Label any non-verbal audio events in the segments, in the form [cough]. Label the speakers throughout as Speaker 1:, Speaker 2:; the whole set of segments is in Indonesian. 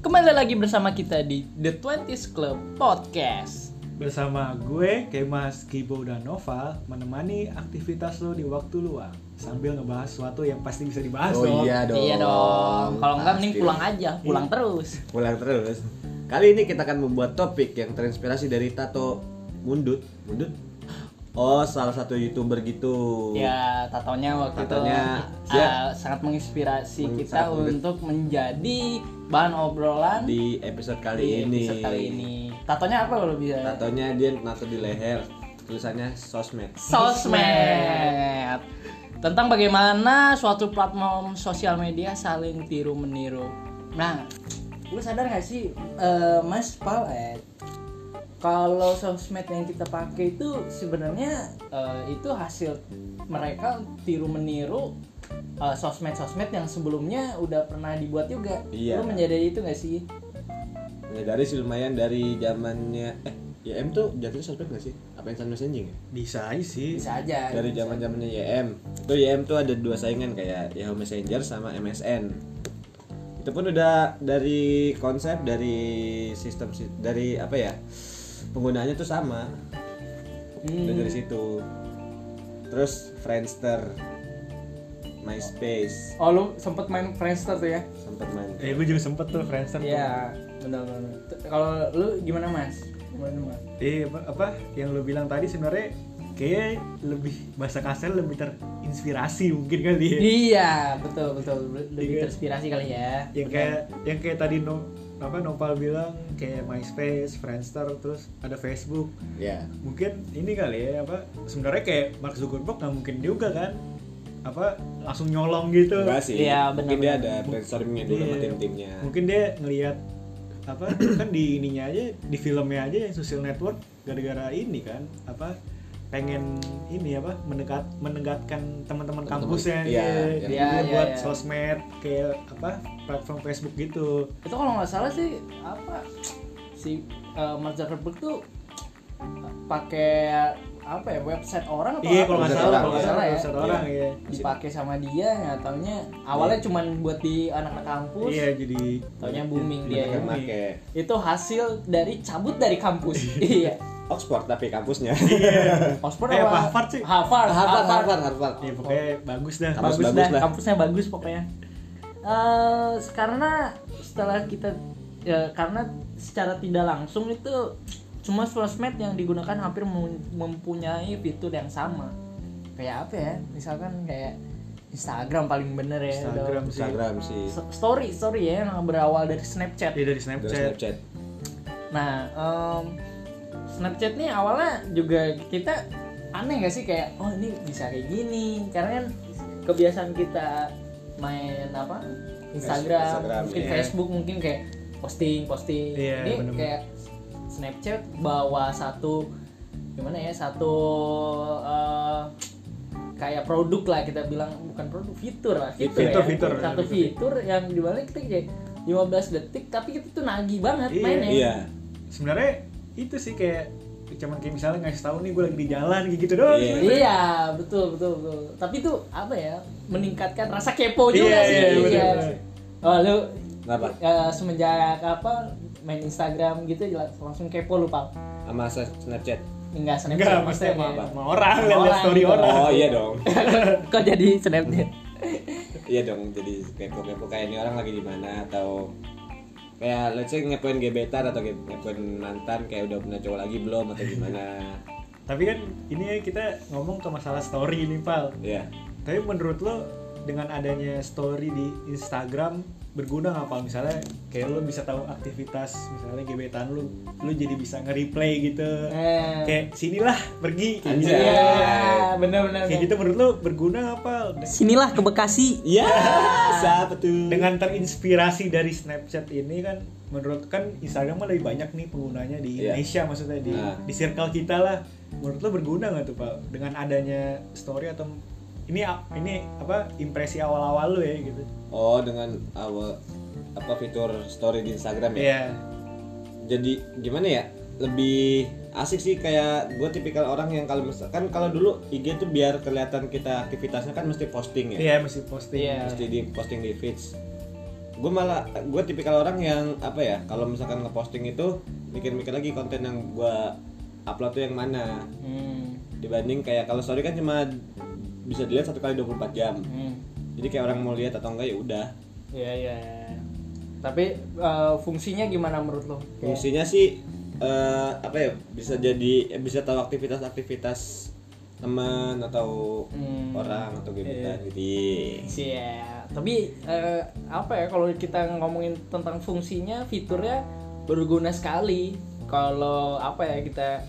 Speaker 1: Kembali lagi bersama kita di The 20s Club Podcast.
Speaker 2: Bersama gue, Kemas, Kibo, dan Noval menemani aktivitas lo di waktu luang sambil ngebahas sesuatu yang pasti bisa dibahas
Speaker 3: Oh
Speaker 2: dong.
Speaker 3: iya dong.
Speaker 1: Iya dong. Kalau enggak mending
Speaker 3: Pasti. Iya.
Speaker 1: pulang aja, pulang terus.
Speaker 3: Pulang terus. Kali ini kita akan membuat topik yang terinspirasi dari Tato Mundut. Mundut? Oh, salah satu YouTuber gitu.
Speaker 1: Ya, tatonya waktu
Speaker 3: Tatonya,
Speaker 1: itu
Speaker 3: ya.
Speaker 1: uh, sangat menginspirasi
Speaker 3: Meng-
Speaker 1: kita
Speaker 3: sangat men-
Speaker 1: untuk menjadi bahan obrolan di,
Speaker 3: Di episode kali ini.
Speaker 1: episode kali ini. Tatonya apa lo bisa?
Speaker 3: Tatonya dia nato di leher. Tulisannya sosmed.
Speaker 1: sosmed tentang bagaimana suatu platform sosial media saling tiru meniru. Nah, lu sadar gak sih, eh, Mas Pal? eh, kalau sosmed yang kita pakai itu sebenarnya eh, itu hasil mereka tiru meniru eh, sosmed-sosmed yang sebelumnya udah pernah dibuat juga.
Speaker 3: Iya.
Speaker 1: Lu menyadari itu gak sih?
Speaker 3: Ya, dari sih lumayan dari zamannya eh YM tuh jatuhnya sosmed gak sih? Apa instant messaging ya?
Speaker 2: Bisa aja sih.
Speaker 1: Bisa aja. Hmm.
Speaker 3: Dari zaman zamannya YM. Itu YM tuh ada dua saingan kayak Yahoo Messenger sama MSN. Itu pun udah dari konsep dari sistem si- dari apa ya? Penggunaannya tuh sama.
Speaker 1: Hmm.
Speaker 3: Udah dari situ. Terus Friendster, MySpace,
Speaker 1: Oh, lu sempet main Friendster tuh ya?
Speaker 3: sempat main.
Speaker 2: Eh, gue juga sempet tuh Friendster. tuh.
Speaker 1: Iya, benar-benar. T- Kalau lu gimana mas? Gimana mas?
Speaker 2: Eh, apa- apa yang lo bilang tadi sebenarnya kayak lebih bahasa kasar lebih terinspirasi mungkin kali ya.
Speaker 1: Iya, betul betul lebih
Speaker 2: Iya. kan?
Speaker 1: terinspirasi kali ya.
Speaker 2: yang kayak yang kayak tadi no apa Nopal bilang kayak MySpace, Friendster, terus ada Facebook.
Speaker 3: Ya.
Speaker 2: Mungkin ini kali ya apa sebenarnya kayak Mark Zuckerberg nggak mungkin juga kan apa langsung nyolong gitu.
Speaker 3: Enggak sih.
Speaker 1: Iya,
Speaker 3: Mungkin dia
Speaker 1: benar-benar.
Speaker 3: ada brainstormingnya dulu sama
Speaker 2: Iya.
Speaker 3: tim-timnya.
Speaker 2: Mungkin dia ngelihat apa [clears throat] kan di ininya aja di filmnya aja yang social network gara-gara ini kan apa pengen ini apa mendekat mendekatkan teman-teman
Speaker 3: Teman-teman,
Speaker 2: kampusnya
Speaker 3: iya,
Speaker 2: dia,
Speaker 1: iya,
Speaker 2: dia
Speaker 1: iya,
Speaker 2: buat
Speaker 1: iya.
Speaker 2: sosmed kayak apa platform Facebook gitu
Speaker 1: Itu kalau nggak salah sih apa si eh, Mark Zuckerberg tuh pakai apa ya website orang atau apa?
Speaker 2: Iya kalau nggak
Speaker 3: Website
Speaker 2: salah,
Speaker 3: orang,
Speaker 2: kalau nggak
Speaker 3: iya.
Speaker 2: salah ya.
Speaker 1: Website orang.
Speaker 2: orang ya.
Speaker 1: dipakai sama dia nggak taunya awalnya cuman buat di anak-anak kampus
Speaker 2: Iya jadi. kan,
Speaker 1: taunya booming dia ya.
Speaker 3: Mereka kan
Speaker 2: Iya,
Speaker 3: make
Speaker 1: itu hasil dari cabut dari kampus
Speaker 2: [laughs]
Speaker 1: iya
Speaker 3: Oxford tapi kampusnya. [laughs]
Speaker 1: Oxford
Speaker 2: Eh,
Speaker 1: apa?
Speaker 2: apa Harvard sih?
Speaker 1: Harvard
Speaker 3: Harvard,
Speaker 1: Harvard.
Speaker 3: Harvard, Harvard.
Speaker 2: Iya pokoknya bagus dah.
Speaker 3: Kampus
Speaker 1: bagus,
Speaker 3: bagus
Speaker 1: dah,
Speaker 3: lah.
Speaker 1: kampusnya bagus pokoknya Eh, karena setelah kita ya, karena secara tidak langsung itu cuma sosmed yang digunakan hampir mem- mempunyai fitur yang sama kayak apa ya misalkan kayak Instagram paling bener ya
Speaker 2: Instagram sih.
Speaker 3: Instagram sih.
Speaker 1: udah. S- story story ya yang berawal dari Snapchat
Speaker 2: Iya dari
Speaker 3: Dari
Speaker 2: Snapchat.
Speaker 3: Snapchat.
Speaker 1: Nah, em, Snapchat nih awalnya juga kita aneh gak sih kayak oh ini bisa kayak gini karena kan kebiasaan kita main apa Instagram,
Speaker 3: Instagram,
Speaker 1: mungkin
Speaker 2: iya.
Speaker 1: Facebook mungkin kayak posting posting
Speaker 2: Iya,
Speaker 1: ini
Speaker 2: bener-bener.
Speaker 1: kayak Snapchat bawa satu gimana ya satu eh, kayak produk lah kita bilang bukan produk fitur lah fitur,
Speaker 2: Fitur,
Speaker 1: ya.
Speaker 2: fitur,
Speaker 1: satu
Speaker 2: fitur.
Speaker 1: fitur yang dimana kita kayak 15 detik tapi kita tuh nagih banget
Speaker 2: Iya,
Speaker 1: mainnya
Speaker 3: Iya.
Speaker 2: Sebenarnya itu sih kayak cuman kayak misalnya ngasih tahu nih gue lagi di jalan kayak gitu doang.
Speaker 3: Iya.
Speaker 2: sebenarnya.
Speaker 1: Iya, betul betul betul. Tapi itu apa ya? Meningkatkan rasa kepo juga
Speaker 2: Iya,
Speaker 1: sih.
Speaker 2: iya,
Speaker 1: Iya.
Speaker 2: bener-bener.
Speaker 1: Oh, lu
Speaker 3: Kenapa?
Speaker 1: eh, semenjak apa main Instagram gitu jelas- langsung kepo lu, Pak.
Speaker 3: Sama Snapchat.
Speaker 1: Enggak Snapchat. ya.
Speaker 2: Enggak, maksudnya sama,
Speaker 1: kayak-
Speaker 2: sama orang, lihat
Speaker 1: Orang.
Speaker 2: story orang.
Speaker 3: Oh iya dong.
Speaker 1: [laughs] Kok jadi Snapchat?
Speaker 3: iya dong jadi kepo-kepo kayak ini orang lagi di mana atau kayak let's say ngepoin gebetan atau nge- ngepoin mantan kayak udah punya cowok lagi belum atau gimana
Speaker 2: Tapi kan ini ya kita ngomong ke masalah story nih pal.
Speaker 3: ya
Speaker 2: Tapi menurut lo dengan adanya story di Instagram berguna nggak pal? Misalnya kayak lo bisa tahu aktivitas misalnya gebetan lo, lo jadi bisa nge-replay gitu.
Speaker 1: Eh.
Speaker 2: Kayak sinilah pergi. Kayak gitu.
Speaker 3: Anjay.
Speaker 1: Iya, benar-benar.
Speaker 2: Kayak gitu menurut lo berguna apa?
Speaker 1: Sinilah ke Bekasi.
Speaker 3: ya siapa tuh
Speaker 2: Dengan terinspirasi dari Snapchat ini kan menurut kan Instagram mah lebih banyak nih penggunanya di
Speaker 3: Iya.
Speaker 2: Indonesia maksudnya di
Speaker 3: Nah.
Speaker 2: di circle kita lah. Menurut lo berguna nggak tuh Pak dengan adanya story atau ini a- ini apa impresi awal-awal lo ya gitu.
Speaker 3: oh dengan awal apa fitur story di Instagram ya
Speaker 2: Iya.
Speaker 3: jadi gimana ya lebih asik sih kayak gue tipikal orang yang kalau misalkan kalau dulu IG tuh biar kelihatan kita aktivitasnya kan mesti posting ya
Speaker 2: Iya mesti Iya, posting.
Speaker 1: Iya.
Speaker 3: mesti di posting di feeds gue malah gue tipikal orang yang apa ya kalau misalkan ngeposting itu mikir-mikir lagi konten yang gue upload tuh yang mana
Speaker 1: hmm.
Speaker 3: dibanding kayak kalau story kan cuma bisa dilihat satu kali 24 jam
Speaker 1: hmm.
Speaker 3: jadi kayak orang mau lihat atau enggak ya udah
Speaker 1: Iya iya. iya. Tapi eh, fungsinya gimana menurut lo? Kayak-
Speaker 3: fungsinya sih eh, apa ya bisa jadi eh, bisa tahu aktivitas-aktivitas teman atau
Speaker 1: Hmm.
Speaker 3: orang atau gebetan
Speaker 1: Iya.
Speaker 3: gitu
Speaker 1: Iya. Tapi eh, apa ya kalau kita ngomongin tentang fungsinya, fiturnya berguna sekali. Kalau apa ya kita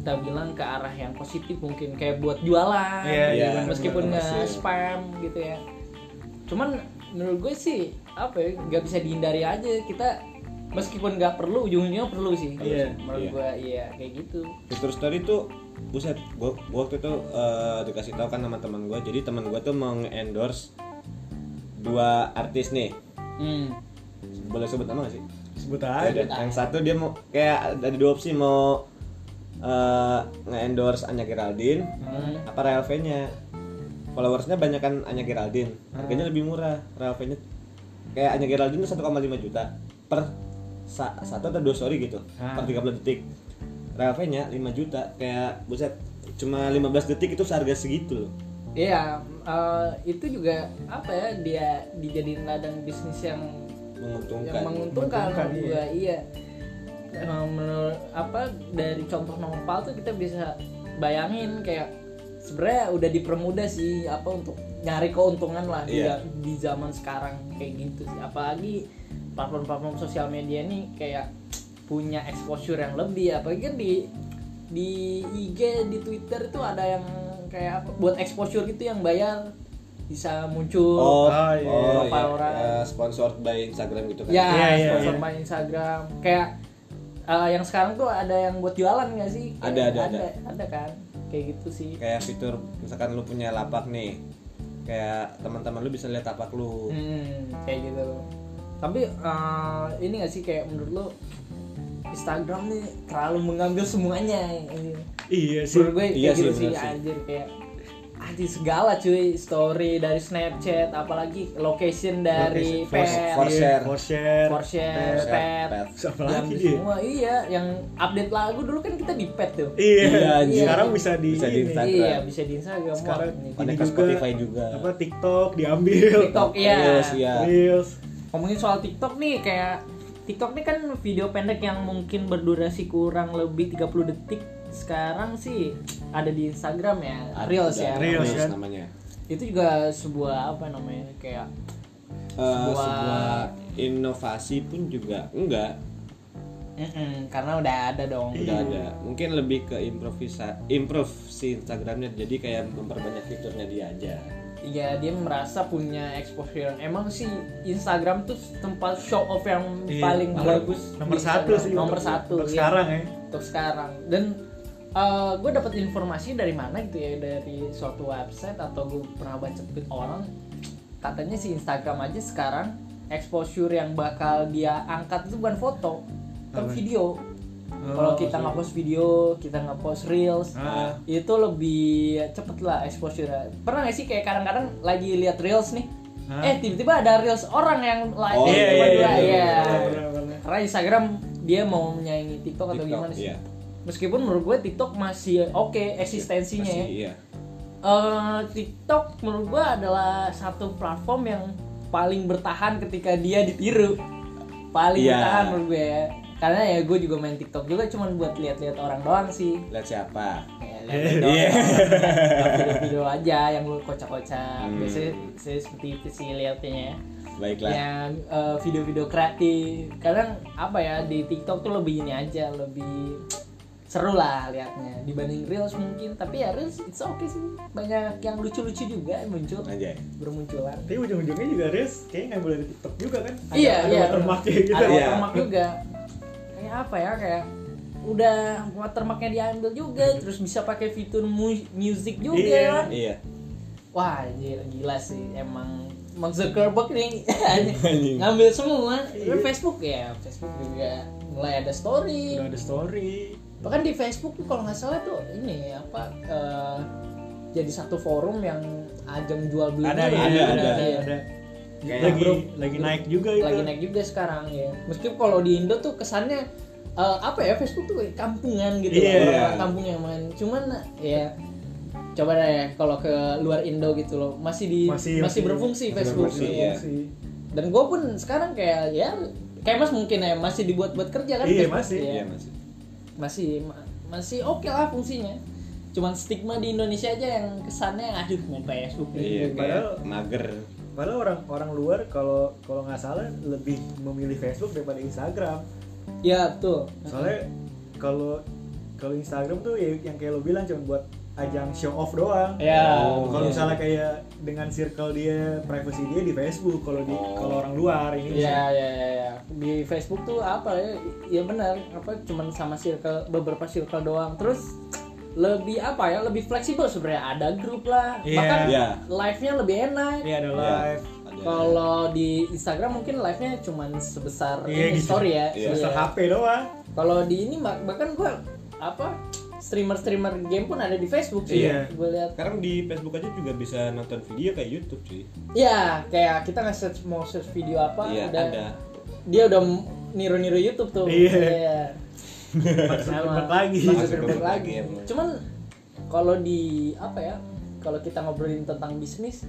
Speaker 1: kita bilang ke arah yang positif mungkin kayak buat jualan, gitu,
Speaker 2: Iya,
Speaker 3: iya, benar,
Speaker 1: meskipun
Speaker 3: benar,
Speaker 1: nggak
Speaker 3: sih.
Speaker 1: spam gitu ya. Cuman menurut gue sih apa ya nggak bisa dihindari aja kita meskipun nggak perlu ujung-ujungnya perlu sih.
Speaker 2: Iya,
Speaker 1: Menurut
Speaker 3: iya.
Speaker 1: gue iya kayak gitu.
Speaker 3: fitur story tuh buset gua, gua waktu itu eh, dikasih tahu kan sama teman gua jadi teman gua tuh mengendorse dua artis nih
Speaker 1: Hmm.
Speaker 3: boleh sebut nama gak sih
Speaker 2: sebut
Speaker 3: Ya
Speaker 2: aja
Speaker 3: udah, yang satu dia mau kayak ada dua opsi mau eh, nge-endorse Anya Geraldine
Speaker 1: Hmm.
Speaker 3: apa Ralph nya followersnya banyak kan Anya Geraldine harganya
Speaker 2: Hmm.
Speaker 3: lebih murah Ralph nya kayak Anya Geraldine tuh 1,5 juta per sa- satu atau dua story gitu
Speaker 2: Hmm.
Speaker 3: per 30 detik Ralph nya 5 juta kayak buset cuma 15 detik itu seharga segitu loh
Speaker 1: Iya, eh, itu juga apa ya dia dijadiin ladang bisnis yang yang
Speaker 3: menguntungkan ya.
Speaker 1: menguntungkan
Speaker 2: Menguntungkan,
Speaker 1: menurut gua, iya. Eh, menurut apa dari contoh nopal tuh kita bisa bayangin kayak sebenarnya udah dipermudah sih apa untuk nyari keuntungan lah di-
Speaker 3: Iya.
Speaker 1: di, zaman sekarang kayak gitu sih. Apalagi platform-platform sosial media nih kayak punya exposure yang lebih apalagi kan di di IG di Twitter itu ada yang kayak apa, buat exposure gitu yang bayar bisa muncul
Speaker 3: oh,
Speaker 2: Ah, iya.
Speaker 3: oh,
Speaker 1: Berapa
Speaker 3: iya.
Speaker 1: orang?
Speaker 3: Eh, sponsored by Instagram gitu kan
Speaker 1: Ya,
Speaker 2: Iya, iya,
Speaker 1: sponsor
Speaker 2: iya.
Speaker 1: main Instagram. Kayak eh, yang sekarang tuh ada yang buat jualan nggak sih? Kayak
Speaker 3: Ada, ada, ada.
Speaker 1: ada kan? Kayak gitu sih.
Speaker 3: kayak fitur misalkan lu punya lapak nih kayak teman-teman lu bisa lihat lapak lu
Speaker 1: Hmm, kayak gitu. Tapi eh, ini nggak sih kayak menurut lo Instagram nih terlalu mengambil semuanya. anjir.
Speaker 2: iya sih
Speaker 1: Menurut gue
Speaker 3: Iya
Speaker 1: kayak
Speaker 3: sih,
Speaker 1: gitu sih,
Speaker 3: bener sih.
Speaker 1: anjir kayak anjir segala cuy story dari Snapchat apalagi location dari
Speaker 3: For-
Speaker 1: pet
Speaker 3: for share.
Speaker 2: Iya, for share
Speaker 1: for share,
Speaker 3: Pet.
Speaker 1: pet,
Speaker 3: Pet.
Speaker 2: siapa
Speaker 1: yang
Speaker 2: lagi dia
Speaker 1: semua iya yang update lagu dulu kan kita di pet tuh
Speaker 3: Iya,
Speaker 2: iya
Speaker 1: anjir.
Speaker 2: sekarang bisa di
Speaker 3: Bisa di
Speaker 2: ini.
Speaker 3: Instagram.
Speaker 1: Iya, bisa di Instagram.
Speaker 2: sekarang
Speaker 1: Wah, ini.
Speaker 3: Ada ke Spotify juga.
Speaker 2: apa TikTok diambil
Speaker 1: TikTok iya.
Speaker 3: Reels, iya.
Speaker 2: Reels
Speaker 1: Ngomongin soal TikTok nih kayak TikTok nih kan video pendek yang mungkin berdurasi kurang lebih 30 detik. Sekarang sih ada di Instagram ya, Reels ya.
Speaker 3: Ada
Speaker 2: Reels, kan?
Speaker 3: namanya
Speaker 1: Itu juga sebuah apa namanya? Kayak
Speaker 3: Eh,
Speaker 1: Sebuah-
Speaker 3: sebuah inovasi pun juga enggak
Speaker 1: mm-mm, karena udah ada dong.
Speaker 3: udah ada mungkin lebih ke improvisa improve si Instagramnya jadi kayak memperbanyak fiturnya dia aja
Speaker 1: Iya, dia merasa punya exposure. Emang sih Instagram tuh tempat show off yang
Speaker 2: Iya,
Speaker 1: paling
Speaker 2: paling-
Speaker 1: bagus. di
Speaker 2: nomor satu
Speaker 1: Instagram.
Speaker 2: sih
Speaker 1: Nomor
Speaker 2: untuk-
Speaker 1: satu.
Speaker 2: untuk
Speaker 1: iya.
Speaker 2: sekarang ya
Speaker 1: untuk sekarang dan eh, gue dapat informasi dari mana gitu ya dari suatu website atau gue pernah baca tweet orang katanya si Instagram aja sekarang exposure yang bakal dia angkat itu bukan foto tapi
Speaker 2: Apa? Oh,
Speaker 1: video kalau kita
Speaker 2: sorry.
Speaker 1: nge-post video kita nge-post reels
Speaker 2: Ah.
Speaker 1: itu lebih cepet lah exposure pernah gak sih kayak kadang-kadang lagi lihat reels nih
Speaker 2: Ah.
Speaker 1: eh tiba-tiba ada reels orang yang like
Speaker 3: Oh,
Speaker 1: cuma
Speaker 2: iya, iya,
Speaker 1: dua.
Speaker 2: iya,
Speaker 1: Iya.
Speaker 2: iya, benar, benar.
Speaker 1: karena Instagram dia mau menyaingi TikTok, atau
Speaker 3: TikTok,
Speaker 1: gimana sih
Speaker 3: iya.
Speaker 1: meskipun menurut gue TikTok masih oke eksistensinya
Speaker 3: Masih,
Speaker 1: ya.
Speaker 3: iya
Speaker 1: Eh, TikTok menurut gue adalah satu platform yang paling bertahan ketika dia ditiru paling
Speaker 3: Iya.
Speaker 1: bertahan menurut gue ya. karena ya gue juga main TikTok juga cuman buat lihat-lihat orang doang sih
Speaker 3: lihat siapa Iya.
Speaker 1: Ya, lihat-lihat doang. video-video aja yang lu kocak-kocak
Speaker 3: Hmm.
Speaker 1: biasanya saya seperti itu sih liatnya ya
Speaker 3: baiklah
Speaker 1: yang eh, video-video kreatif kadang apa ya di TikTok tuh lebih ini aja lebih seru lah liatnya dibanding reels mungkin tapi ya reels it's okay sih banyak yang lucu-lucu juga yang muncul
Speaker 3: aja
Speaker 1: bermunculan
Speaker 2: tapi ujung-ujungnya juga Reels kayaknya ngambil dari TikTok juga kan Ada-
Speaker 1: iya
Speaker 2: ada
Speaker 1: iya
Speaker 2: watermarknya gitu
Speaker 1: ada
Speaker 3: Iya.
Speaker 1: watermark juga kayak apa ya kayak udah watermarknya diambil juga terus bisa pakai fitur mu- music juga
Speaker 2: Iya.
Speaker 1: kan
Speaker 3: iya
Speaker 1: Wah, anjir, gila sih emang Mark Zuckerberg nih [laughs] anjing,
Speaker 3: Anjing.
Speaker 1: ngambil semua.
Speaker 2: Iya.
Speaker 1: Lu Facebook ya, Facebook juga mulai ada story.
Speaker 2: udah ada story
Speaker 1: Bahkan di Facebook tuh kalau nggak salah tuh ini apa eh, jadi satu forum yang ajang jual beli
Speaker 2: ada
Speaker 1: gitu.
Speaker 2: iya,
Speaker 3: ada,
Speaker 2: ada
Speaker 1: Iya.
Speaker 2: ada
Speaker 3: Kayak
Speaker 2: lagi
Speaker 1: bro.
Speaker 2: lagi naik juga itu.
Speaker 1: lagi naik juga sekarang ya meskipun kalau di Indo tuh kesannya eh, apa ya Facebook tuh kayak kampungan gitu
Speaker 2: Iya.
Speaker 1: loh orang kampung yang main cuman ya coba deh kalau ke luar Indo gitu loh masih di
Speaker 2: Masih-
Speaker 1: masih, berfungsi
Speaker 3: masih
Speaker 1: Facebook
Speaker 3: berfungsi,
Speaker 1: gitu.
Speaker 3: iya.
Speaker 2: Sih.
Speaker 1: dan gue pun sekarang kayak ya kayak mas mungkin ya masih dibuat buat kerja kan
Speaker 2: Iya,
Speaker 1: Facebook?
Speaker 2: masih.
Speaker 1: Iya.
Speaker 3: Iya masih.
Speaker 1: masih ma- masih oke lah fungsinya cuman stigma di Indonesia aja yang kesannya aduh main Facebook gitu." nih."
Speaker 3: Iya kayak
Speaker 2: Padahal-
Speaker 3: mager.
Speaker 2: Padahal orang orang luar kalau kalau nggak salah lebih memilih Facebook daripada Instagram.
Speaker 1: ya betul
Speaker 2: Soalnya kalau kalau Instagram tuh ya yang kayak lo bilang cuma buat ajang show off doang.
Speaker 1: Ya,
Speaker 3: Oh,
Speaker 1: iya.
Speaker 2: Kalau misalnya kayak dengan circle dia, privacy dia di Facebook. Kalau di
Speaker 3: Oh.
Speaker 2: kalau orang luar ini
Speaker 1: Iya, iya, iya, iya. Di Facebook tuh apa ya? Ya benar, apa cuman sama circle beberapa circle doang. Terus lebih apa ya? Lebih fleksibel sebenarnya. Ada grup lah.
Speaker 2: Iya.
Speaker 1: Bahkan
Speaker 3: Iya.
Speaker 1: live-nya lebih enak.
Speaker 2: ini ada
Speaker 3: Iya,
Speaker 2: live.
Speaker 3: ada.
Speaker 1: Kalau di Instagram mungkin live-nya cuman sebesar
Speaker 2: Iya,
Speaker 1: ini
Speaker 2: gitu.
Speaker 1: story ya.
Speaker 3: Iya.
Speaker 2: Sebesar
Speaker 1: Iya.
Speaker 2: HP doang.
Speaker 1: Kalau di ini bah- bahkan gua apa streamer-streamer game pun ada di Facebook sih.
Speaker 2: Iya.
Speaker 1: Gue lihat.
Speaker 3: Sekarang di Facebook aja juga bisa nonton video kayak YouTube sih.
Speaker 1: Iya, kayak kita nge-search mau search video apa
Speaker 3: Iya
Speaker 1: udah-
Speaker 3: ada.
Speaker 1: Dia udah niru-niru YouTube tuh.
Speaker 2: Iya.
Speaker 1: Sama.
Speaker 2: Zuckerberg lagi.
Speaker 1: Mark
Speaker 3: Zuckerberg
Speaker 1: Zuckerberg
Speaker 3: lagi,
Speaker 1: lagi.
Speaker 3: emang.
Speaker 1: Cuman kalau di apa ya? Kalau kita ngobrolin tentang bisnis,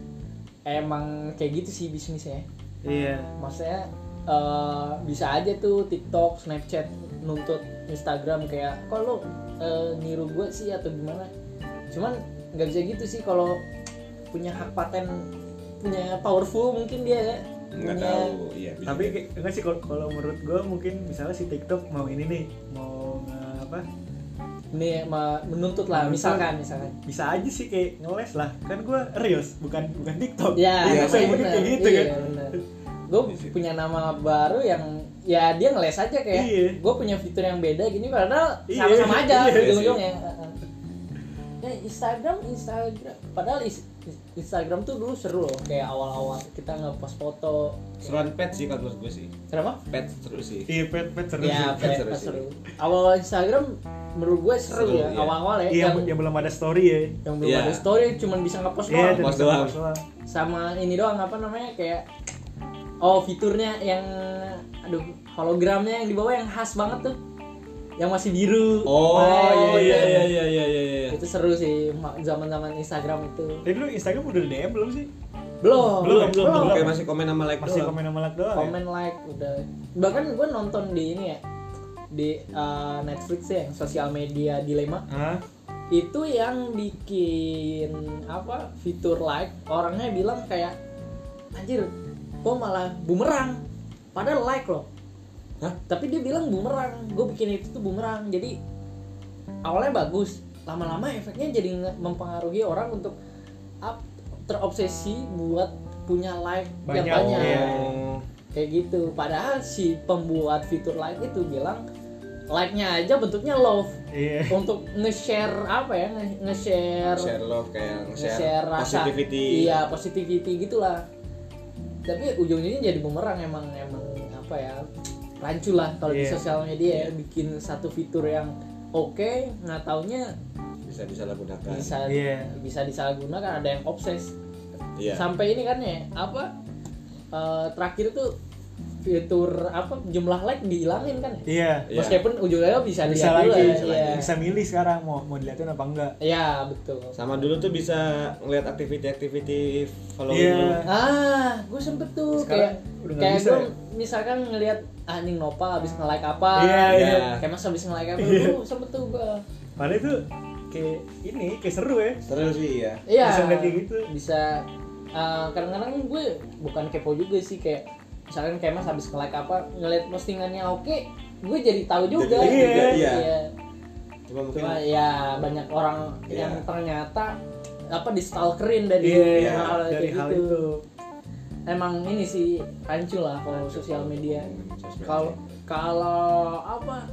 Speaker 1: emang kayak gitu sih bisnisnya.
Speaker 2: Iya.
Speaker 1: Maksudnya eh, bisa aja tuh TikTok, Snapchat nuntut Instagram kayak kalau niru gue sih atau gimana. Cuman nggak bisa gitu sih kalau punya hak paten punya powerful mungkin dia ya.
Speaker 3: Nggak
Speaker 1: Punya-
Speaker 3: tahu. Iya. bisa
Speaker 2: Tapi
Speaker 3: jadi.
Speaker 2: kayak- enggak sih kalau- kalau menurut gue mungkin misalnya si TikTok mau ini nih, mau nge- apa?
Speaker 1: nih ya, ma- menuntut lah
Speaker 2: Menuntut.
Speaker 1: misalkan misalkan
Speaker 2: Bisa aja sih kayak ngeles lah. Kan gue reels, bukan bukan TikTok.
Speaker 3: Iya,
Speaker 1: ya
Speaker 2: Bisa mungkin Iya, kayak gitu kan.
Speaker 1: gue punya nama baru yang ya dia ngeles aja kayak
Speaker 2: Iya.
Speaker 1: gue punya fitur yang beda gini padahal
Speaker 2: Iya,
Speaker 1: sama-sama aja
Speaker 2: iya sih.
Speaker 1: ujung-ujungnya Nah, Instagram, Instagram, padahal is- is- Instagram tuh dulu seru loh, kayak awal-awal kita ngepost foto,
Speaker 3: Seruan pet sih kalau menurut gue sih.
Speaker 1: kenapa?
Speaker 3: Pet terus sih.
Speaker 2: Iya, pet pet seru
Speaker 1: Ya,
Speaker 2: sih.
Speaker 1: kayak
Speaker 3: seru
Speaker 1: pas
Speaker 3: sih.
Speaker 1: seru. Awal Instagram menurut gue seru,
Speaker 3: Seru,
Speaker 1: ya,
Speaker 3: iya.
Speaker 1: awal-awal ya,
Speaker 2: Iya,
Speaker 1: yang,
Speaker 2: yang belum ada story ya.
Speaker 1: yang belum
Speaker 3: Iya.
Speaker 1: ada story, cuman bisa ngepost
Speaker 2: Iya,
Speaker 1: doang.
Speaker 2: dan
Speaker 3: post
Speaker 2: bisa
Speaker 3: doang.
Speaker 2: post doang.
Speaker 1: sama ini doang apa namanya kayak oh fiturnya yang aduh hologramnya yang di bawah yang khas banget tuh yang masih biru
Speaker 3: Oh
Speaker 1: Wah, itu-
Speaker 3: iya iya iya iya iya iya.
Speaker 1: itu seru sih ma- zaman-zaman Instagram itu
Speaker 2: Jadi lu Instagram udah DM belum sih?
Speaker 1: belum
Speaker 2: Belum, belum, belum.
Speaker 3: Oke masih komen sama like
Speaker 2: Masih
Speaker 3: doang.
Speaker 2: komen sama like doang. ya?
Speaker 1: komen like udah bahkan gue nonton di ini ya di eh, Netflix ya yang sosial media dilema
Speaker 2: Hah?
Speaker 1: itu yang bikin apa fitur like orangnya bilang kayak anjir kok malah bumerang padahal like loh
Speaker 3: Hah?
Speaker 1: tapi dia bilang bumerang gue bikin itu tuh bumerang jadi awalnya bagus lama-lama efeknya jadi nge- mempengaruhi orang untuk up- terobsesi buat punya like yang
Speaker 2: Banyak,
Speaker 1: banyak
Speaker 2: iya.
Speaker 1: kayak gitu padahal si pembuat fitur like itu bilang like-nya aja bentuknya love
Speaker 2: Iya.
Speaker 1: untuk nge-share apa ya nge- nge-share
Speaker 3: Share love kayak
Speaker 1: nge-share
Speaker 3: share
Speaker 1: rasa
Speaker 3: positivity.
Speaker 1: iya positivity gitulah tapi ujung-ujungnya jadi bumerang emang emang apa ya rancu lah kalau di
Speaker 2: Iya.
Speaker 1: sosial media ya,
Speaker 3: Iya.
Speaker 1: bikin satu fitur yang oke nggak taunya
Speaker 3: Bisa bisa lah gunakan.
Speaker 1: bisa
Speaker 2: Iya.
Speaker 1: bisa disalahgunakan ada yang obses
Speaker 3: Iya.
Speaker 1: sampai ini kan ya apa eh, terakhir tuh fitur apa jumlah like dihilangin kan ya
Speaker 2: Iya.
Speaker 3: Iya.
Speaker 1: meskipun ujungnya bisa,
Speaker 2: Bisa
Speaker 1: dilihat
Speaker 2: lagi,
Speaker 1: juga,
Speaker 2: bisa
Speaker 1: iya.
Speaker 2: lagi. Bisa milih sekarang mau mau dilihatin apa enggak.
Speaker 1: Iya, betul
Speaker 3: Sama dulu tuh bisa ngeliat activity-activity follow
Speaker 2: Iya.
Speaker 3: dulu.
Speaker 1: Ah, gue sempet tuh
Speaker 2: Sekarang
Speaker 1: kayak
Speaker 2: udah nggak
Speaker 1: kayak
Speaker 2: bisa
Speaker 1: gue
Speaker 2: ya?
Speaker 1: misalkan ngelihat anjing Nopal abis nge-like apa.
Speaker 2: Iya,
Speaker 3: iya.
Speaker 1: Kayak Mas abis nge-like apa.
Speaker 2: Iya.
Speaker 1: Dulu sempet tuh gue.
Speaker 2: Padahal itu kayak ini kayak seru ya.
Speaker 3: Seru sih ya.
Speaker 1: Iya.
Speaker 2: Bisa ngeliat kayak gitu.
Speaker 1: Bisa eh, kadang-kadang gue bukan kepo juga sih kayak misalkan kayak Mas abis nge-like apa, ngelihat postingannya oke, gue jadi tahu juga.
Speaker 3: Jadi
Speaker 2: tahu juga,
Speaker 3: iya. Cuma mungkin
Speaker 1: Cuma ya banyak orang
Speaker 3: Iya.
Speaker 1: yang ternyata apa di stalkerin dari
Speaker 2: Iya,
Speaker 1: hal-hal kayak
Speaker 2: dari hal
Speaker 1: gitu.
Speaker 2: itu.
Speaker 1: Emang ini sih rancu lah kalau sosial media.
Speaker 3: Sosmed.
Speaker 1: kalau kalau apa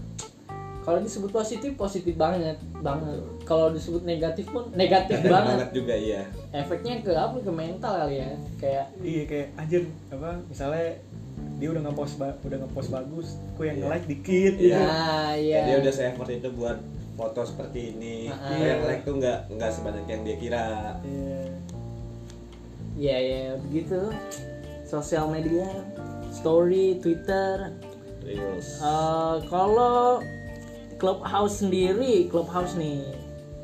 Speaker 1: kalau disebut positif positif banget banget
Speaker 3: Betul.
Speaker 1: kalau disebut negatif pun
Speaker 3: [laughs]
Speaker 1: negatif [laughs] banget
Speaker 3: juga iya.
Speaker 1: efeknya ke apa ke mental kali ya kayak
Speaker 2: Iya kayak anjir apa misalnya dia udah ngepost ba- udah ngepost bagus, aku yang
Speaker 3: Iya.
Speaker 2: nge-like dikit
Speaker 3: Iya.
Speaker 2: gitu.
Speaker 1: nah ya
Speaker 3: Ya, Dia udah se effort itu buat foto seperti ini.
Speaker 1: Ah,
Speaker 3: Yang
Speaker 2: iya.
Speaker 3: like tuh nggak nggak
Speaker 1: Iya.
Speaker 3: sebanyak yang dia kira.
Speaker 2: Iya.
Speaker 1: ya ya begitu sosial media, story, Twitter.
Speaker 3: Reels.
Speaker 1: Eh, kalau clubhouse sendiri, clubhouse nih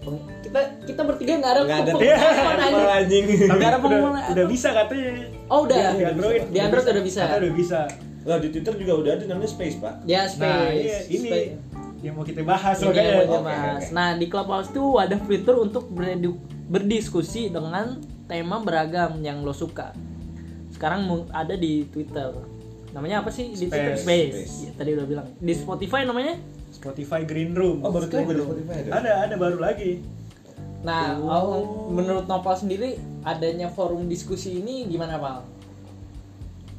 Speaker 1: peng- kita kita bertiga nggak ada
Speaker 3: Nggak ada [laughs]
Speaker 1: pengguna
Speaker 3: Malah
Speaker 1: anjing.
Speaker 3: anjing.
Speaker 2: Tapi
Speaker 1: Nggak ada
Speaker 2: udah,
Speaker 1: pengguna-
Speaker 2: udah bisa katanya. Iya,
Speaker 1: Oh udah.
Speaker 2: Di Android.
Speaker 1: Di Android udah bisa.
Speaker 2: Katanya udah bisa.
Speaker 3: Lah di Twitter juga udah ada namanya Space, Pak.
Speaker 1: Ya space.
Speaker 2: Nah, iya, ini
Speaker 1: Space.
Speaker 2: yang mau kita bahas
Speaker 1: Ini yang mau
Speaker 2: makanya.
Speaker 1: kita
Speaker 3: Oke,
Speaker 1: bahas.
Speaker 3: oke.
Speaker 1: Nah di clubhouse tuh ada fitur untuk beredu- berdiskusi dengan tema beragam yang lo suka. Sekarang mu- ada di Twitter. Namanya apa sih di Twitter?
Speaker 2: Space.
Speaker 1: Space.
Speaker 3: Space.
Speaker 1: Ya, tadi udah bilang. Di Spotify namanya?
Speaker 2: Spotify Green Room.
Speaker 3: Oh, baru tahu gue di
Speaker 1: Screen
Speaker 3: Spotify ada.
Speaker 2: Ada, ada baru lagi.
Speaker 1: Nah,
Speaker 2: Oh.
Speaker 1: Al- menurut Nopal sendiri adanya forum diskusi ini gimana, Pal?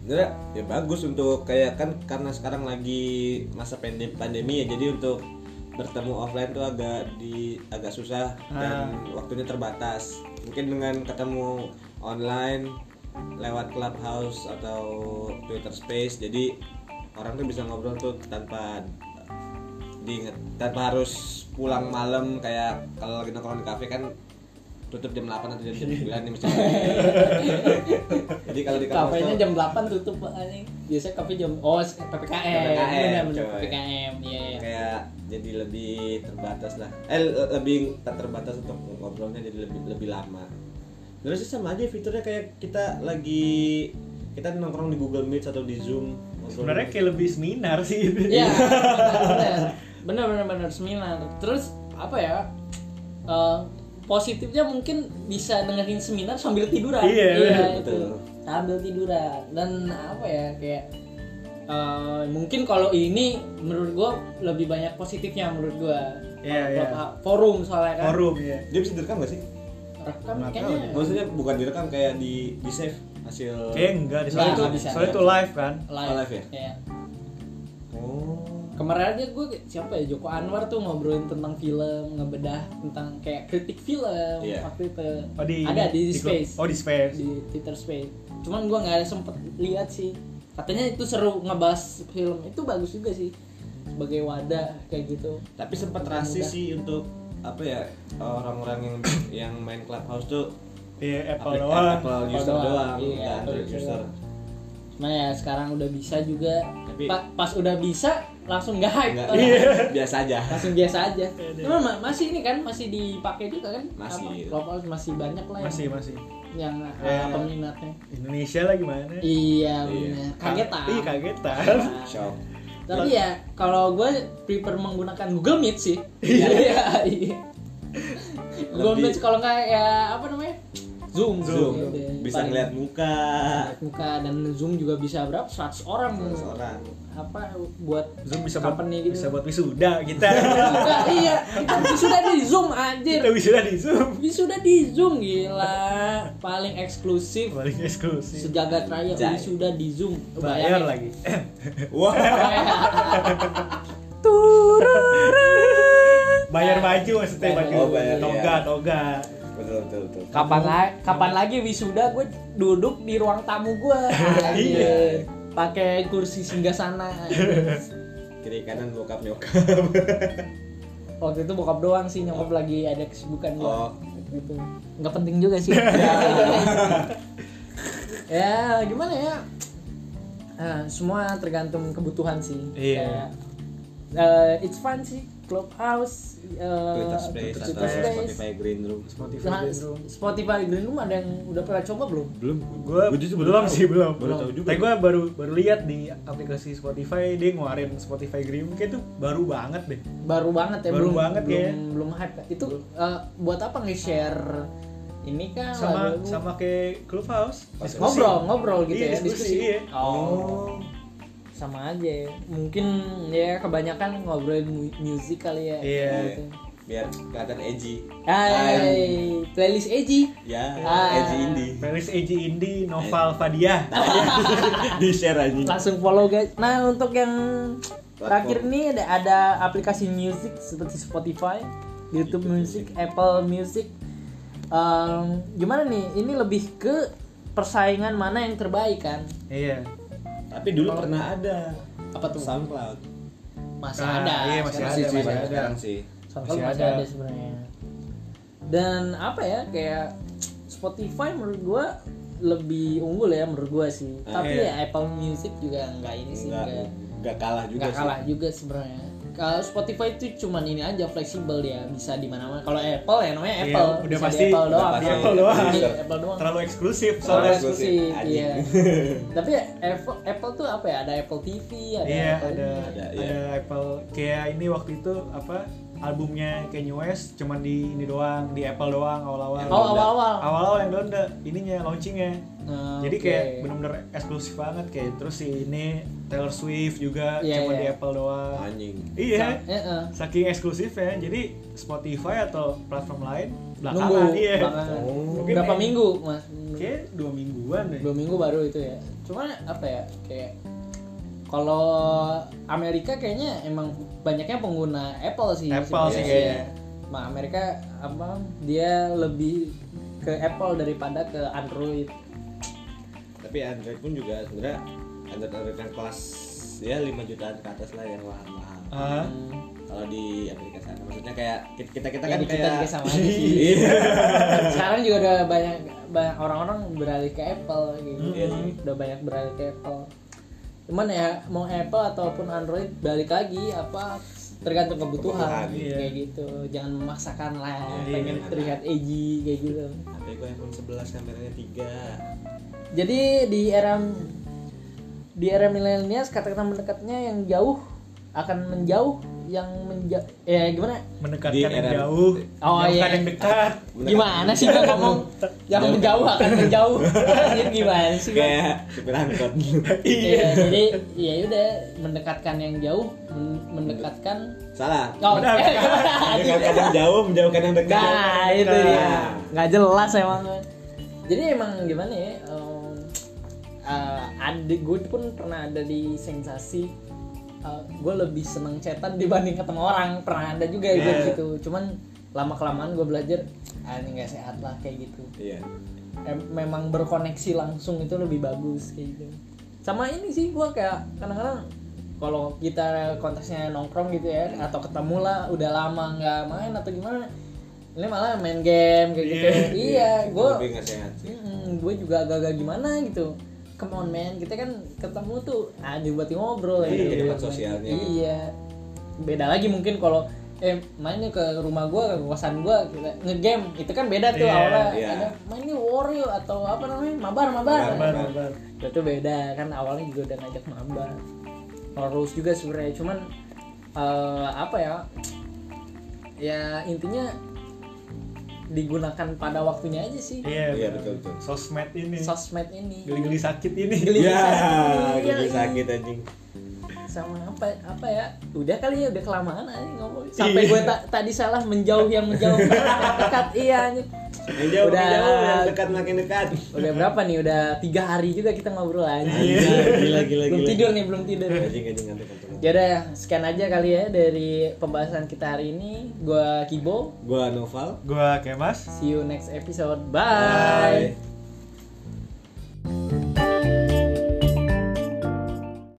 Speaker 3: Sebenarnya ya bagus untuk kayak kan karena sekarang lagi masa pandemi, pandemi ya jadi untuk bertemu offline tuh agak di agak susah
Speaker 1: Ah.
Speaker 3: dan waktunya terbatas. Mungkin dengan ketemu online lewat Clubhouse atau Twitter Space jadi orang tuh bisa ngobrol tuh tanpa diinget tanpa harus pulang malam kayak kalau lagi nongkrong di kafe kan tutup jam 8 atau jam 9 nih
Speaker 1: [laughs]
Speaker 3: mesti jadi kalau di kampus
Speaker 1: Kafenya
Speaker 3: tuh-
Speaker 1: jam 8 tutup anjing. Biasanya kafe jam oh se- PPKM.
Speaker 3: PPKM,
Speaker 1: Benar, benar,
Speaker 3: coy.
Speaker 1: PPKM. Iya, iya.
Speaker 3: kayak jadi lebih terbatas lah eh le- lebih tak terbatas untuk ngobrolnya jadi lebih lebih lama terus sih sama aja fiturnya kayak kita lagi kita nongkrong di Google Meet atau di Zoom ngobrol.
Speaker 2: Sebenarnya kayak lebih seminar sih itu.
Speaker 1: Iya. Benar, benar, benar seminar. Terus apa ya? Eh, positifnya mungkin bisa dengerin seminar sambil tiduran.
Speaker 2: Iya,
Speaker 3: betul.
Speaker 1: itu. Sambil tiduran dan apa ya kayak eh, mungkin kalau ini menurut gua lebih banyak positifnya menurut gua.
Speaker 2: Iya,
Speaker 1: Kalau
Speaker 2: iya.
Speaker 1: club- forum soalnya kan.
Speaker 2: forum ya.
Speaker 3: dia bisa direkam gak sih
Speaker 1: Rekam
Speaker 2: Nggak tahu
Speaker 1: kayaknya
Speaker 3: maksudnya bukan direkam kayak di di save hasil
Speaker 2: Kayak enggak, di
Speaker 1: Nggak,
Speaker 2: soalnya itu
Speaker 1: nggak bisa.
Speaker 2: soalnya itu live kan.
Speaker 1: live.
Speaker 3: Oh, live ya?
Speaker 1: Iya.
Speaker 3: oh
Speaker 1: Kemarin aja gue siapa ya Joko Anwar tuh ngobrolin tentang film, ngebedah tentang kayak kritik film
Speaker 3: Iya.
Speaker 1: waktu itu.
Speaker 2: Oh di
Speaker 1: ada di,
Speaker 2: di-
Speaker 1: Space,
Speaker 2: Oh di Space.
Speaker 1: di Twitter Space. Cuman gue nggak sempet lihat sih. Katanya itu seru ngebahas film itu bagus juga sih sebagai wadah kayak gitu.
Speaker 3: tapi sempat rasis sih untuk apa ya orang-orang yang yang main clubhouse tuh
Speaker 2: Iya, Apple
Speaker 3: aplik-
Speaker 2: doang.
Speaker 3: Apple
Speaker 1: Apple
Speaker 3: user
Speaker 1: doang.
Speaker 3: doang,
Speaker 1: Iya,
Speaker 3: nggak
Speaker 1: Apple
Speaker 3: Android
Speaker 1: user
Speaker 3: user.
Speaker 1: doang. Cuman ya sekarang udah bisa juga.
Speaker 3: Tapi-
Speaker 1: Pa- pas udah bisa langsung nggak hype.
Speaker 3: Nggak- Iya.
Speaker 1: orang.
Speaker 3: biasa aja.
Speaker 1: langsung biasa aja.
Speaker 2: Iya.
Speaker 1: Cuman ma- masih ini kan masih dipakai juga kan?
Speaker 3: Masih.
Speaker 1: Apa? Clubhouse masih banyak lah yang,
Speaker 2: Masih masih.
Speaker 1: yang uh,
Speaker 2: Iya.
Speaker 1: peminatnya.
Speaker 2: Indonesia lah gimana?
Speaker 1: Iya,
Speaker 3: Iya.
Speaker 1: bener. Kagetan.
Speaker 2: Iya, kagetan.
Speaker 3: Shock.
Speaker 1: Tapi ya kalau gue prefer menggunakan Google Meet sih. [laughs] Iya. iya. Google
Speaker 3: Lebih-
Speaker 1: Meet kalau nggak ya apa namanya? Zoom.
Speaker 3: Zoom.
Speaker 1: Gitu ya.
Speaker 3: Bisa
Speaker 1: Paling-
Speaker 3: ngeliat muka.
Speaker 1: muka dan Zoom juga bisa berapa? 100 orang.
Speaker 3: Seorang.
Speaker 1: Apa buat [laughs]
Speaker 2: Zoom bisa buat
Speaker 1: company gitu.
Speaker 2: bisa buat wisuda
Speaker 1: [laughs]
Speaker 2: kita.
Speaker 1: Juga, iya. Sudah di Zoom anjir.
Speaker 2: kita wisuda di Zoom.
Speaker 1: Ini sudah di Zoom gila, paling eksklusif
Speaker 2: Paling eksklusif.
Speaker 1: sejagat raya ini
Speaker 3: Anjay.
Speaker 1: sudah di Zoom.
Speaker 2: Bayar
Speaker 1: [laughs]
Speaker 2: lagi. [clears throat]
Speaker 3: Wah.
Speaker 2: Bayar baju maksudnya
Speaker 1: Bayar
Speaker 2: baju.
Speaker 1: baju. Oh, bayar,
Speaker 2: toga, toga.
Speaker 3: Betul betul betul.
Speaker 1: Kapan lagi kapan lagi wisuda gue duduk di ruang tamu gue.
Speaker 2: [laughs]
Speaker 1: Anjir.
Speaker 2: Iya.
Speaker 1: Pakai kursi singgah sana.
Speaker 2: [laughs]
Speaker 3: Kiri kanan bokap nyokap.
Speaker 1: Eh, Waktu itu bokap doang sih nyokap lagi ada kesibukan gue.
Speaker 3: Oh.
Speaker 1: Gitu. Nggak penting juga
Speaker 3: [laughs]
Speaker 1: sih. ya gimana ya? Eh, semua tergantung kebutuhan sih.
Speaker 2: Iya.
Speaker 1: Kayak, eh, it's fun sih. Clubhouse, eh,
Speaker 3: Twitter Space atau
Speaker 1: Twitter Space.
Speaker 3: Spotify Green Room.
Speaker 2: Spotify
Speaker 1: Nah,
Speaker 2: Green Room.
Speaker 1: Spotify Green Room ada yang udah pernah coba belum?
Speaker 3: Belum.
Speaker 2: Gue belum sih belum.
Speaker 3: Baru tahu juga.
Speaker 2: Tapi gue baru baru lihat di aplikasi Spotify dia ngeluarin Spotify Green Room kayak itu baru banget deh.
Speaker 1: Baru banget ya,
Speaker 2: Baru
Speaker 1: belum
Speaker 2: banget
Speaker 1: belum,
Speaker 2: ya.
Speaker 1: belum hype. Itu eh, buat apa nge-share ini kan
Speaker 2: Sama
Speaker 1: lagu?
Speaker 2: sama kayak Clubhouse.
Speaker 3: Diskusi.
Speaker 1: ngobrol, ngobrol gitu
Speaker 2: Iya,
Speaker 1: ya,
Speaker 2: diskusi,
Speaker 1: diskusi.
Speaker 2: iya.
Speaker 1: Oh. Sama aja. ya. Mungkin ya kebanyakan ngobrolin mu- music kali ya.
Speaker 2: Iya.
Speaker 1: Gitu.
Speaker 3: Biar kelihatan edgy.
Speaker 1: Hai, playlist Eji.
Speaker 3: Ya,
Speaker 1: Ah.
Speaker 3: edgy
Speaker 1: [laughs]
Speaker 3: indie.
Speaker 2: Playlist AJ Indie Noval Fadia.
Speaker 3: Di share aja.
Speaker 1: langsung follow guys nah untuk yang
Speaker 3: Platform.
Speaker 1: terakhir nih ada, ada aplikasi music seperti Spotify YouTube Music Apple Music Em, gimana nih ini lebih ke persaingan mana yang terbaik kan
Speaker 2: Iya.
Speaker 3: Tapi dulu pernah ada
Speaker 1: apa tuh
Speaker 3: SoundCloud.
Speaker 1: masih
Speaker 2: Ah,
Speaker 1: ada kan?
Speaker 2: iya, masih
Speaker 1: sekarang.
Speaker 2: ada,
Speaker 3: sih
Speaker 2: masih ada.
Speaker 3: sekarang sih.
Speaker 1: Soalnya
Speaker 2: Masih
Speaker 1: masih,
Speaker 2: ada.
Speaker 1: ada, sebenarnya dan apa ya kayak Spotify menurut gua lebih unggul ya menurut gua sih.
Speaker 2: Eh,
Speaker 3: Ah,
Speaker 1: Tapi
Speaker 3: iya.
Speaker 1: ya Apple Music juga nggak ini Iya sih
Speaker 3: nggak
Speaker 1: nggak-
Speaker 3: nggak kalah juga
Speaker 1: nggak kalah juga sebenarnya. Kalau Spotify itu cuman ini aja fleksibel dia bisa di mana-mana. Kalau Apple ya namanya
Speaker 2: Iya,
Speaker 1: Apple,
Speaker 2: udah
Speaker 1: bisa
Speaker 2: pasti-
Speaker 1: di Apple
Speaker 2: udah
Speaker 1: doang.
Speaker 3: pasti.
Speaker 1: Iya,
Speaker 2: Apple doang.
Speaker 1: iya, Apple doang.
Speaker 2: terlalu eksklusif
Speaker 1: Terlalu
Speaker 2: soalnya
Speaker 3: Terlalu eksklusif,
Speaker 1: eksklusif,
Speaker 3: anjing.
Speaker 1: iya.
Speaker 2: [laughs]
Speaker 1: Tapi Apple, Apple tuh apa ya? Ada Apple TV, ada
Speaker 2: Iya
Speaker 1: Apple
Speaker 2: ada
Speaker 1: ini.
Speaker 3: Ada,
Speaker 2: ada,
Speaker 3: iya.
Speaker 2: Apple kayak ini waktu itu apa albumnya Kanye West cuman di ini doang di Apple doang awal-awal.
Speaker 1: Oh, awal-awal.
Speaker 2: Awal-awal yang download ininya launchingnya.
Speaker 1: Nah,
Speaker 2: Jadi
Speaker 1: oke.
Speaker 2: kayak benar-benar eksklusif banget kayak terus si ini Taylor Swift juga
Speaker 1: Iya,
Speaker 2: cuman
Speaker 1: iya.
Speaker 2: di Apple doang.
Speaker 3: anjing
Speaker 2: Iya.
Speaker 1: Sa- eh, eh.
Speaker 2: Saking eksklusifnya jadi Spotify atau platform lain belakangan
Speaker 1: Nunggu
Speaker 2: iya.
Speaker 1: belakangan.
Speaker 3: Oh.
Speaker 2: Mungkin
Speaker 1: Berapa
Speaker 2: ya.
Speaker 1: minggu, Mas? Menurut
Speaker 2: Kayak dua mingguan deh.
Speaker 1: dua minggu baru itu ya cuman apa ya kayak kalau Amerika kayaknya emang banyaknya pengguna Apple sih
Speaker 2: Apple
Speaker 1: sebenarnya.
Speaker 2: sih kayaknya.
Speaker 1: Nah, Amerika apa dia lebih ke Apple daripada ke Android
Speaker 3: tapi Android pun juga sebenarnya Android Android yang kelas ya 5 jutaan ke atas lah yang mahal-mahal
Speaker 2: Ah.
Speaker 3: kalau di Amerika sana maksudnya kayak kita kita, kita
Speaker 1: Ya,
Speaker 3: kan
Speaker 1: di kita juga
Speaker 3: kayak [laughs]
Speaker 1: sama aja sih.
Speaker 3: Iya.
Speaker 1: sekarang juga udah banyak banyak orang-orang beralih ke Apple gitu
Speaker 3: Iya sih.
Speaker 1: udah banyak beralih ke Apple cuman ya mau Apple ataupun Android balik lagi apa tergantung kebutuhan,
Speaker 3: Kebutuhan,
Speaker 1: kayak gitu jangan memaksakan lah
Speaker 3: Iya,
Speaker 1: pengen
Speaker 3: iya.
Speaker 1: terlihat edgy kayak gitu
Speaker 3: tapi gue iPhone 11 kameranya 3
Speaker 1: jadi di era di era milenial kata-kata mendekatnya yang jauh akan menjauh yang menjauh ya gimana
Speaker 3: Di
Speaker 2: mendekatkan yang
Speaker 3: era-
Speaker 2: jauh,
Speaker 1: Oh,
Speaker 2: jauhkan
Speaker 1: iya.
Speaker 2: yang dekat.
Speaker 1: Gimana sih gua
Speaker 3: [laughs]
Speaker 1: ngomong jangan menjauh akan menjauh. Anjir, gimana sih gua?
Speaker 3: kayak supir
Speaker 1: [laughs]
Speaker 3: angkot
Speaker 1: Iya, jadi ya udah mendekatkan yang jauh, men- mendekatkan
Speaker 3: salah
Speaker 1: Oh,
Speaker 2: Benar.
Speaker 1: eh,
Speaker 3: mendekatkan yang jauh menjauhkan yang dekat
Speaker 1: Nah, itu dia.
Speaker 3: Nah.
Speaker 1: Nggak jelas emang. Jadi emang gimana ya? em, eh, ada gue pun pernah ada di sensasi eh, gue lebih seneng cetan dibanding ketemu orang pernah ada juga gue
Speaker 2: Iya.
Speaker 1: gitu cuman lama kelamaan gue belajar ah ini nggak sehat lah kayak gitu
Speaker 3: iya
Speaker 1: em- memang berkoneksi langsung itu lebih bagus kayak gitu. Sama ini sih gua kayak kadang-kadang kalau kita konteksnya nongkrong gitu ya atau ketemu lah udah lama nggak main atau gimana ini malah main game kayak gitu
Speaker 2: Iya.
Speaker 1: iya gua
Speaker 3: lebih nggak sehat sih
Speaker 1: Hmm, gue juga agak-agak gimana gitu come on man kita kan ketemu tuh ah dibuat ngobrol ya
Speaker 3: Iya,
Speaker 1: gitu.
Speaker 3: tempat sosialnya.
Speaker 1: iya beda lagi mungkin kalau eh main yuk ke rumah gue ke kosan gue kita ngegame itu kan beda tuh
Speaker 2: Iya,
Speaker 1: awalnya
Speaker 3: iya.
Speaker 1: ada main nih warrior atau apa namanya mabar mabar,
Speaker 3: Mabar.
Speaker 2: Baru, baru.
Speaker 1: itu beda kan awalnya juga udah ngajak mabar harus juga sebenarnya cuman eh, apa ya ya intinya digunakan pada waktunya aja sih
Speaker 2: Iya,
Speaker 3: Iya,
Speaker 2: benar.
Speaker 3: betul, betul.
Speaker 2: Sosmed ini.
Speaker 1: sosmed ini
Speaker 2: Geli-geli sakit ini.
Speaker 1: Geli-
Speaker 3: ya
Speaker 1: sakit.
Speaker 3: gue jadi sakit anjing
Speaker 1: sama apa apa ya udah kali ya udah kelamaan aja ngomong
Speaker 3: Iya.
Speaker 1: sampai gue ta- tadi salah menjauh yang
Speaker 3: [laughs]
Speaker 1: menjauh yang dekat iya anjing.
Speaker 3: yang jauh
Speaker 1: Udah.
Speaker 3: makin jauh yang dekat makin dekat
Speaker 1: udah berapa nih udah tiga hari juga kita ngobrol aja
Speaker 3: Iya. gila gila
Speaker 1: belum
Speaker 3: gila
Speaker 1: tidur nih belum tidur
Speaker 3: anjing anjing ngantuk ngantuk
Speaker 1: ya udah sekian aja kali ya dari pembahasan kita hari ini gue Kibo
Speaker 3: gue Noval
Speaker 2: Gua kayak Mas.
Speaker 1: see you next episode bye.
Speaker 3: Bye.